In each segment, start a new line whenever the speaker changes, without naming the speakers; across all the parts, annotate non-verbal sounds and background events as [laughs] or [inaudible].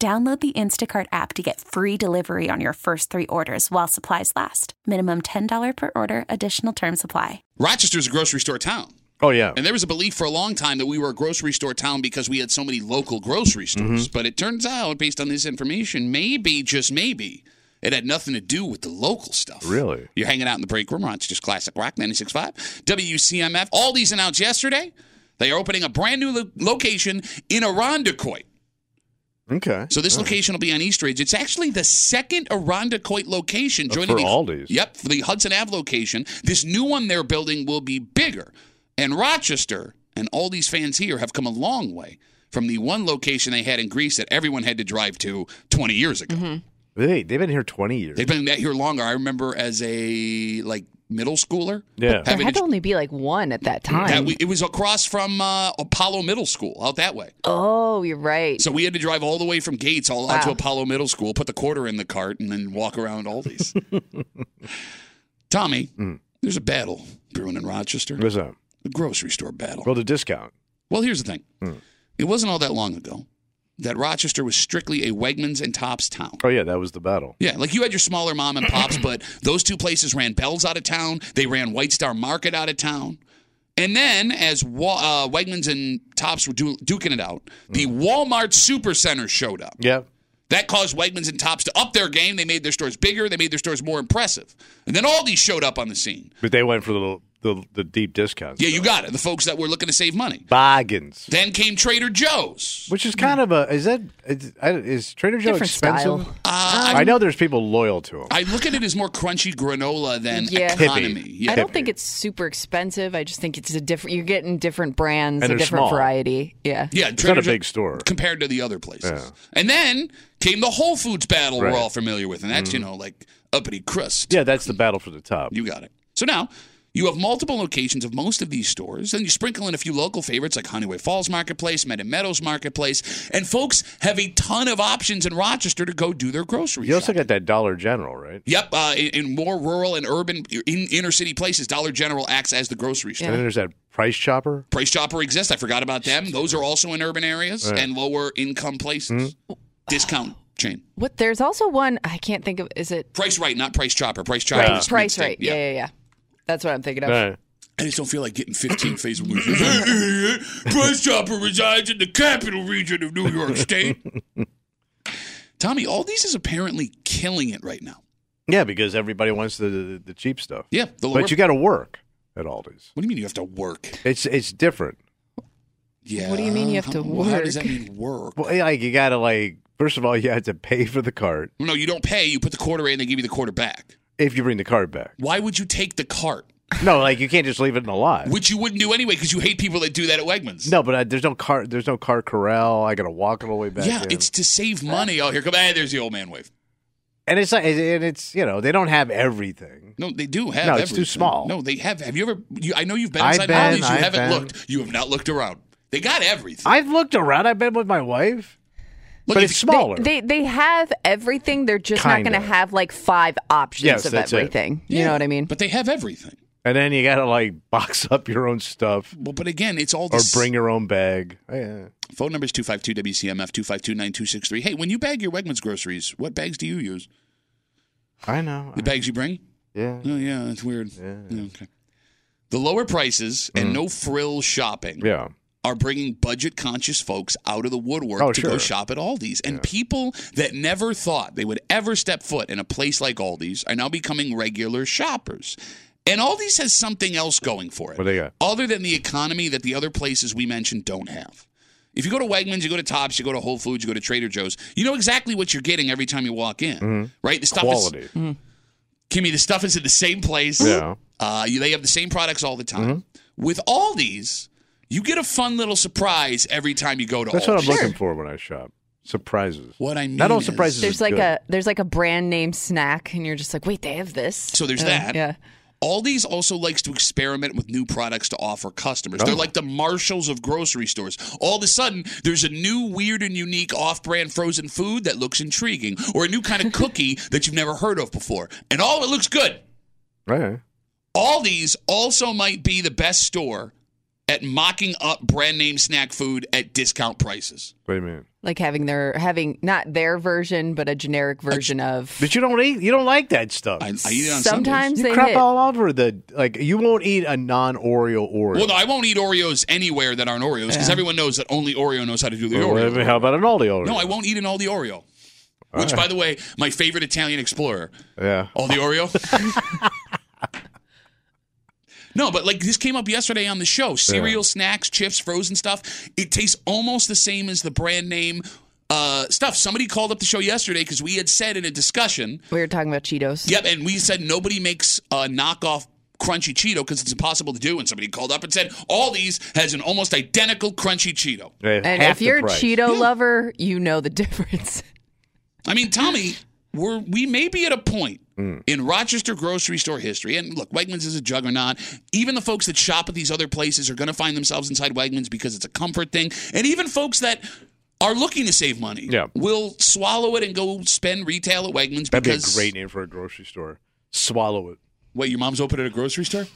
Download the Instacart app to get free delivery on your first three orders while supplies last. Minimum $10 per order, additional term supply.
Rochester's a grocery store town.
Oh yeah.
And there was a belief for a long time that we were a grocery store town because we had so many local grocery stores. But it turns out, based on this information, maybe, just maybe, it had nothing to do with the local stuff.
Really?
You're hanging out in the break room, Rochester's Classic Rock 96.5, WCMF. All these announced yesterday. They are opening a brand new lo- location in Irondequoit.
Okay.
So this location will be on East Ridge. It's actually the second Irondequoit location
Uh,
joining
for
the
Aldi's.
Yep, for the Hudson Ave location. This new one they're building will be bigger. And Rochester and Aldi's fans here have come a long way from the one location they had in Greece that everyone had to drive to 20 years ago.
They they've been here twenty years.
They've been here longer. I remember as a like middle schooler.
yeah.
having
There had
to-
to only be like one at that time.
That we, it was across from uh, Apollo Middle School out that way.
oh, you're right.
So we had to drive all the way from Gates all out to
Wow.
Apollo Middle School, put the quarter in the cart, and then walk around Aldi's. Tommy, there's a battle brewing in Rochester.
What's up?
A grocery store battle.
Well, the discount.
Well, here's the thing. It wasn't all that long ago that Rochester was strictly a Wegmans and Tops town.
Oh yeah, that was the battle.
Yeah, like you had your smaller mom and pops, but those two places ran Bell's out of town. They ran White Star Market out of town. And then, as Wa- uh, Wegmans and Tops were du- duking it out, the Walmart Supercenter showed up.
Yeah.
That caused Wegmans and Tops to up their game. They made their stores bigger. They made their stores more impressive. And then Aldi showed up on the scene.
But they went for the the, the deep discounts.
Yeah, you got it. The folks that were looking to save money.
bargains.
Then came Trader Joe's.
Which is kind of a is that is, I- is Trader Joe
Different
expensive?
style.
Uh,
I know there's people loyal to them.
I look at it as more crunchy granola than
Yeah. Hippie.
economy. Yeah.
I don't think it's super expensive. I just think it's a different. You're getting different brands,
And
a
they're
different
small.
variety. Yeah.
yeah,
it's not
Trader
a
Joe-
big store.
compared to the other places.
Yeah.
And then came the Whole Foods battle we're
Right. Mm-hmm.
all familiar with, and that's you know like uppity crust.
Yeah, that's the battle for the top.
You got it. So now you have multiple locations of most of these stores, and you sprinkle in a few local favorites like Honeyway Falls Marketplace, Meadow Meadows Marketplace, and folks have a ton of options in Rochester to go do their grocery
You also
shopping.
got that Dollar General, right?
Yep, uh, in, in more rural and urban, in inner city places, Dollar General acts as the grocery store.
And then there's that Price Chopper.
Price Chopper exists. I forgot about them. Those are also in urban areas and lower income places.
Hmm?
Discount chain.
What? There's also one. I can't think of. Is it
Price right, not price chopper. Price chopper.
price,
is
price
mixtape,
right? Yeah. yeah, yeah, That's what I'm thinking of.
Right.
I just don't feel like getting 15 Facebook movies. price chopper resides in the capital region of New York State. Tommy, all these is apparently killing it right now.
Yeah, because everybody wants the the, the cheap stuff.
Yeah, the lower-
but you got to work at Aldi's.
What do you mean you have to work?
It's it's different.
Yeah.
What do you mean you have
How-
to
How does that
work?
mean work?
Well, yeah, like you got to like first of all, you had to pay for the cart
No, you don't pay. You put the quarter in, they give you the quarter back.
if you bring the cart back.
Why would you take the cart?
No, like you can't just leave it in the lot.
Which you wouldn't do anyway because you hate people that do that at Wegmans.
No, but I, there's no car. There's no car corral. I got to walk all the way back.
Yeah,
in.
it's to save money. Oh, here come. Hey, there's the old man wave.
and it's not, and it's you know they don't have everything.
No, they do have.
No, it's too
everything.
small.
No, they have. Have you ever? You, I know you've been
I've
inside
been,
Aldi's. You
I've
haven't
been.
looked. You have not looked around. They got everything.
I've looked around. I've been with my wife,
Look,
but
if
it's
you-
smaller.
They they have everything. They're just not
Kinda.
going to have like five options
Yes,
of
that's it.
everything. You
Yeah,
know what I mean?
But they have everything.
and then you got to like box [laughs] up your own stuff
Well, but again, it's all
or
this.
bring your own bag. Yeah.
phone numbers 252 WCMF 252 9263. Hey, when you bag your Wegmans groceries, what bags do you use?
I know.
The bags you bring?
Yeah.
Oh yeah,
Mm.
it's weird. Yeah, okay. The lower prices and no frill shopping
Yeah.
are bringing budget conscious folks out of the woodwork
Oh,
to go
sure.
shop at Aldi's. And people that never thought they would ever step foot in a place like Aldi's are now becoming regular shoppers. And Aldi's has something else going for it.
What do they got?
Other than the economy that the other places we mentioned don't have. If you go to Wegmans, you go to Tops, you go to Whole Foods, you go to Trader Joe's, you know exactly what you're getting every time you walk in, right? The stuff is,
Mm-hmm.
Mm-hmm.
Quality.
Kimmy, the stuff is in the same place.
Yeah.
Uh, you, they have the same products all the time.
Mm-hmm.
With all these, you get a fun little surprise every time you go to
That's
all
what I'm looking for when I shop. Surprises.
What I mean
Not all
is-
surprises.
There's
is
like
good.
a there's like a brand name snack, and you're just like, wait, they have this.
So there's
Uh,
that.
Yeah.
Aldi's also likes to experiment with new products to offer customers. They're
Oh.
like the marshals of grocery stores. All of a sudden, there's a new weird and unique off-brand frozen food that looks intriguing or a new kind
[laughs]
of cookie that you've never heard of before. And all of it looks good.
Right.
Aldi's also might be the best store at mocking up brand name snack food at discount prices.
What do you mean?
Like having their having not their version, but a generic version of.
But you don't eat. You don't like that stuff.
I, I eat it on Sundays.
Sometimes
you
they
crap
hit.
all over the like. You won't eat a non-Oreo Oreo.
Well, no, I won't eat Oreos anywhere that aren't Oreos because everyone knows that only Oreo knows how to do the
Or
Oreo.
whatever- How about an Aldi Oreo?
No, I won't eat an Aldi Oreo. Which, by the way, my favorite Italian explorer,
Yeah.
Aldi Oreo. no, but like this came up yesterday on the show: cereal, snacks, chips, frozen stuff. It tastes almost the same as the brand name uh, stuff. Somebody called up the show yesterday because we had said in a discussion
we were talking about Cheetos.
Yep, and we said nobody makes a knockoff crunchy Cheeto because it's impossible to do. And somebody called up and said all these has an almost identical crunchy Cheeto.
Yeah,
And
half
if
the
you're a
price.
Cheeto lover, you know the [laughs] difference.
I mean, Tommy, we're we may be at a point
Mm.
in Rochester grocery store history. And look, Wegmans is a juggernaut. Even the folks that shop at these other places are going to find themselves inside Wegmans because it's a comfort thing. And even folks that are looking to save money
Yeah.
will swallow it and go spend retail at Wegmans
that'd be a
because
great name for a grocery store. Swallow it.
Wait, your mom's open at a grocery store?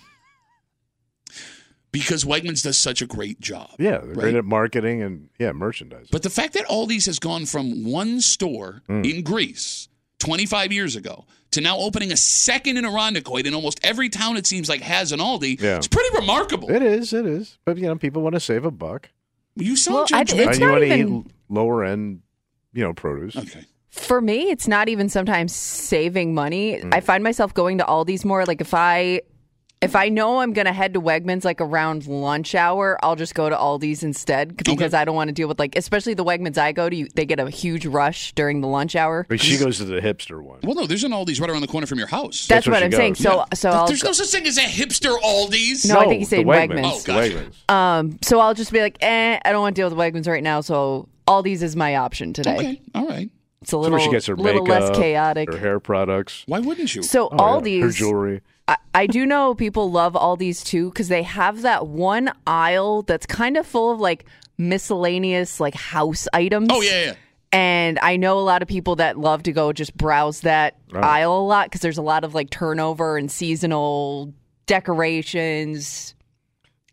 Because Wegmans does such a great job.
Yeah, they're
Right.
great at marketing and yeah, merchandise.
But the fact that Aldi's has gone from one store
Mm.
in Greece 25 years ago to now opening a second in Arondacoit in almost every town it seems like has an Aldi,
Yeah.
it's pretty remarkable.
it is, it is. But you know, people want to save a buck.
you sound
Well, I-
judgmental.
It's
and you
not
want to
even-
eat lower end, you know, produce.
okay.
For me, it's not even sometimes saving money. I find myself going to Aldi's more. Like if I if I know I'm gonna head to Wegmans like around lunch hour, I'll just go to Aldi's instead because I don't want to deal with like especially the Wegmans I go to. You, they get a huge rush during the lunch hour.
But she goes to the hipster one.
Well, no, there's an Aldi's right around the corner from your house.
That's,
where
what
she
I'm saying.
goes.
So so I'll
there's no such thing as a hipster Aldi's.
No, I think he
the
said Wegmans.
Wegmans. the
Oh, gotcha.
Wegmans.
um so I'll just be like, eh, I don't want to deal with Wegmans right now. So Aldi's is my option today.
Okay, all right.
It's a
That's
little
where she gets her
little
makeup,
less chaotic.
her hair products,
Why wouldn't you?
So
Oh, yeah,
Aldi's
her jewelry.
I, I do know people love Aldi's too because they have that one aisle that's kind of full of like miscellaneous like house items.
oh, yeah, yeah.
And I know a lot of people that love to go just browse that aisle a lot because there's a lot of like turnover and seasonal decorations.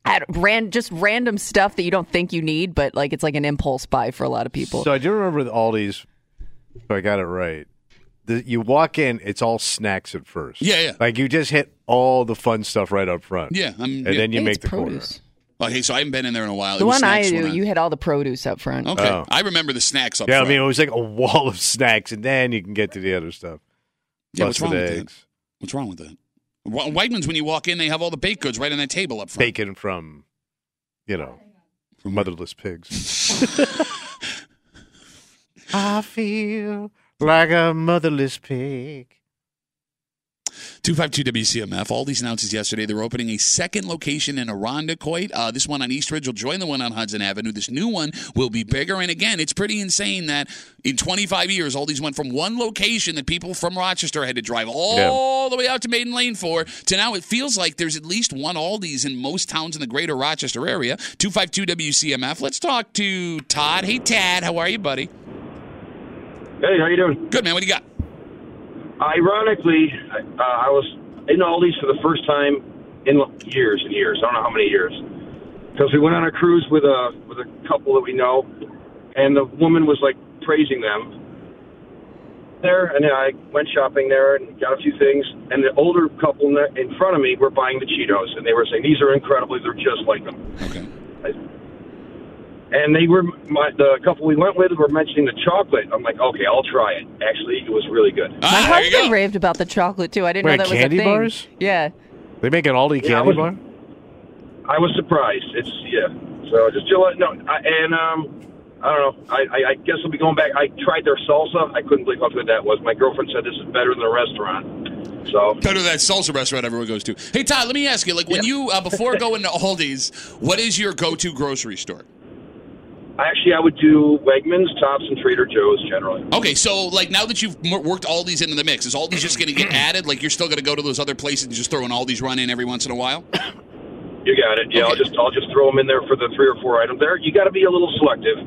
At ran just random stuff that you don't think you need, but like it's like an impulse buy for a lot of people.
So I do remember the Aldi's. If I got it right, the, you walk in, it's all snacks at first.
Yeah, yeah.
Like you just hit all the fun stuff right up front.
Yeah, I'm-
and
yeah.
then you
Hey,
make
it's
the
produce.
Okay, so I haven't been in there in a while.
The
It was
one I
snacks
do,
when
you had all the produce up front.
Okay,
Oh.
I remember the snacks up
corner. Yeah, I
front.
mean it was like a wall of snacks, and then you can get to the other stuff.
Yeah, what's
Busted
wrong with that?
eggs,
What's wrong with that? Wa- Wegmans, when you walk in, they have all the baked goods right on that table up front.
bacon from, you know, from motherless pigs.
[laughs]
[laughs] I feel like a motherless pig.
252 WCMF. All these announces yesterday. They're opening a second location in Arondacoit. Uh, this one on East Ridge will join the one on Hudson Avenue. This new one will be bigger. And again, it's pretty insane that in 25 years, all these went from one location that people from Rochester had to drive all the way out to Maiden Lane for to now it feels like there's at least one Aldi's in most towns in the greater Rochester area. 252 WCMF. Let's talk to Todd. Hey, Tad. How are you, buddy?
Hey, how you doing?
Good, man. What do you got?
Ironically, uh, I was in Aldi's for the first time in l- years and years. I don't know how many years, because we went on a cruise with a with a couple that we know, and the woman was like praising them there. And I went shopping there and got a few things. And the older couple ne- in front of me were buying the Cheetos, and they were saying these are incredibly, they're just like them.
Okay.
And they were my, the couple we went with were mentioning the chocolate. I'm like, okay, I'll try it. Actually, it was really good.
My
Ah, there you
husband
go.
raved about the chocolate too. I didn't
Wait,
know that was
candy
a thing.
bars?
Yeah.
They make an Aldi
Yeah, I
candy
was-
bar.
I was surprised. It's yeah. So just to let no, I, and um, I don't know. I, I, I guess I'll be going back. I tried their salsa. I couldn't believe how good that was. My girlfriend said this is better than the restaurant. So
Go to that salsa restaurant everyone goes to. Hey Todd, let me ask you. Like when you uh, before going to Aldi's, what is your go-to grocery store?
actually, I would do Wegmans, Tops, and Trader Joe's generally.
Okay, so like now that you've m- worked Aldi's into the mix, is Aldi's just going to get added? Like you're still going to go to those other places and just throw an Aldi's run in every once in a while?
You got it. Yeah, I'll
Okay.
just I'll just throw them in there for the three or four items there. You got to be a little selective.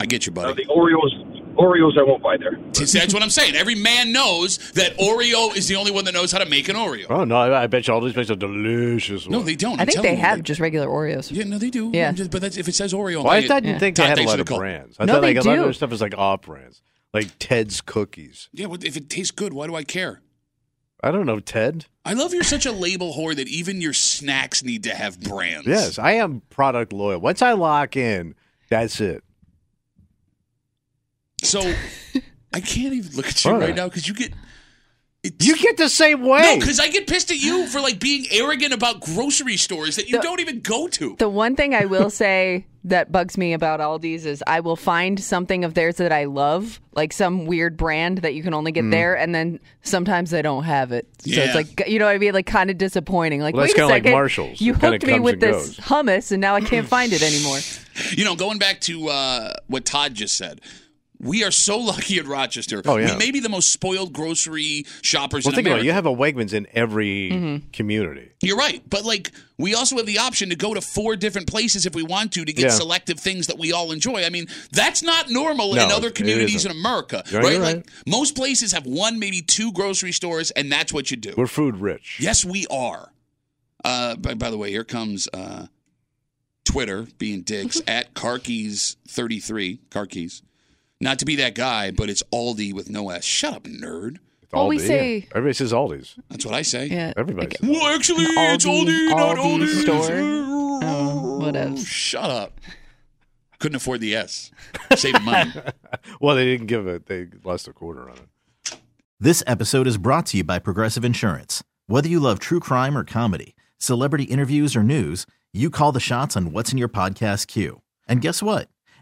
I get you,
Uh,
buddy.
the Oreos, Oreos, I won't buy there.
See, That's what I'm saying. Every man knows that Oreo is the only one that knows how to make an Oreo.
Oh no! I, I bet you Aldi's makes a delicious
No,
one.
they don't.
I
I'm
think
telling
they
you,
have just regular Oreos.
yeah, no, they do.
Yeah.
I'm just- but that's, if it says Oreo,
Well, I
I'm
didn't
like,
think they
Todd,
had a
thanks
lot
for
of
the call.
brands. I
No,
thought
they
like a lot
do.
of their stuff is like off brands, like Ted's cookies.
Yeah, well, if it tastes good, why do I care?
I don't know Ted.
I love you're such a label whore that even your snacks need to have brands.
Yes, I am product loyal. Once I lock in, that's it.
So I can't even look at you
Why?
right now because you get. It's,
You get the same way.
No, because I get pissed at you for like being arrogant about grocery stores that you
The-
don't even go to.
The one thing I will [laughs] say that bugs me about Aldi's is I will find something of theirs that I love, like some weird brand that you can only get
Mm.
there, and then sometimes they don't have it. So
Yeah.
it's like you know what I mean, like kind of disappointing. Like
Well, that's
wait a
kinda like
second,
Marshall's.
You
It kinda
hooked me
comes
with
and
this
goes.
hummus, and now
[clears throat]
I can't find it anymore.
You know, going back to uh, what Todd just said. We are so [laughs] lucky in Rochester.
Oh, yeah.
We may be the most spoiled grocery shoppers
well,
in
think about
America.
it. You have a Wegmans in every
Mm-hmm.
community.
You're right, but like we also have the option to go to four different places if we want to to get
Yeah.
selective things that we all enjoy. I mean, that's not normal
No,
in other
it
communities in
isn't.
America,
You're
right?
right.
Like most places have one, maybe two grocery stores, and that's what you do.
We're food rich.
yes, we are. Uh, by, by the way, here comes uh, Twitter being
[laughs]
dicks at Carkeys33. Carkeys. Not to be that guy, but it's Aldi with no S. Shut up, nerd.
It's
Well, we
Aldi, yeah.
say-
everybody says Aldi's.
That's what I say.
Yeah,
Everybody.
Like,
says
Well, actually,
An
it's Aldi,
Aldi-
not
Aldi
Aldi's. [laughs]
store. Oh, what else?
Shut up. Couldn't afford the S. Save money.
Aldi. well, they didn't give it. They lost a quarter on it.
This episode is brought to you by Progressive Insurance. Whether you love true crime or comedy, celebrity interviews or news, you call the shots on what's in your podcast queue. And guess what?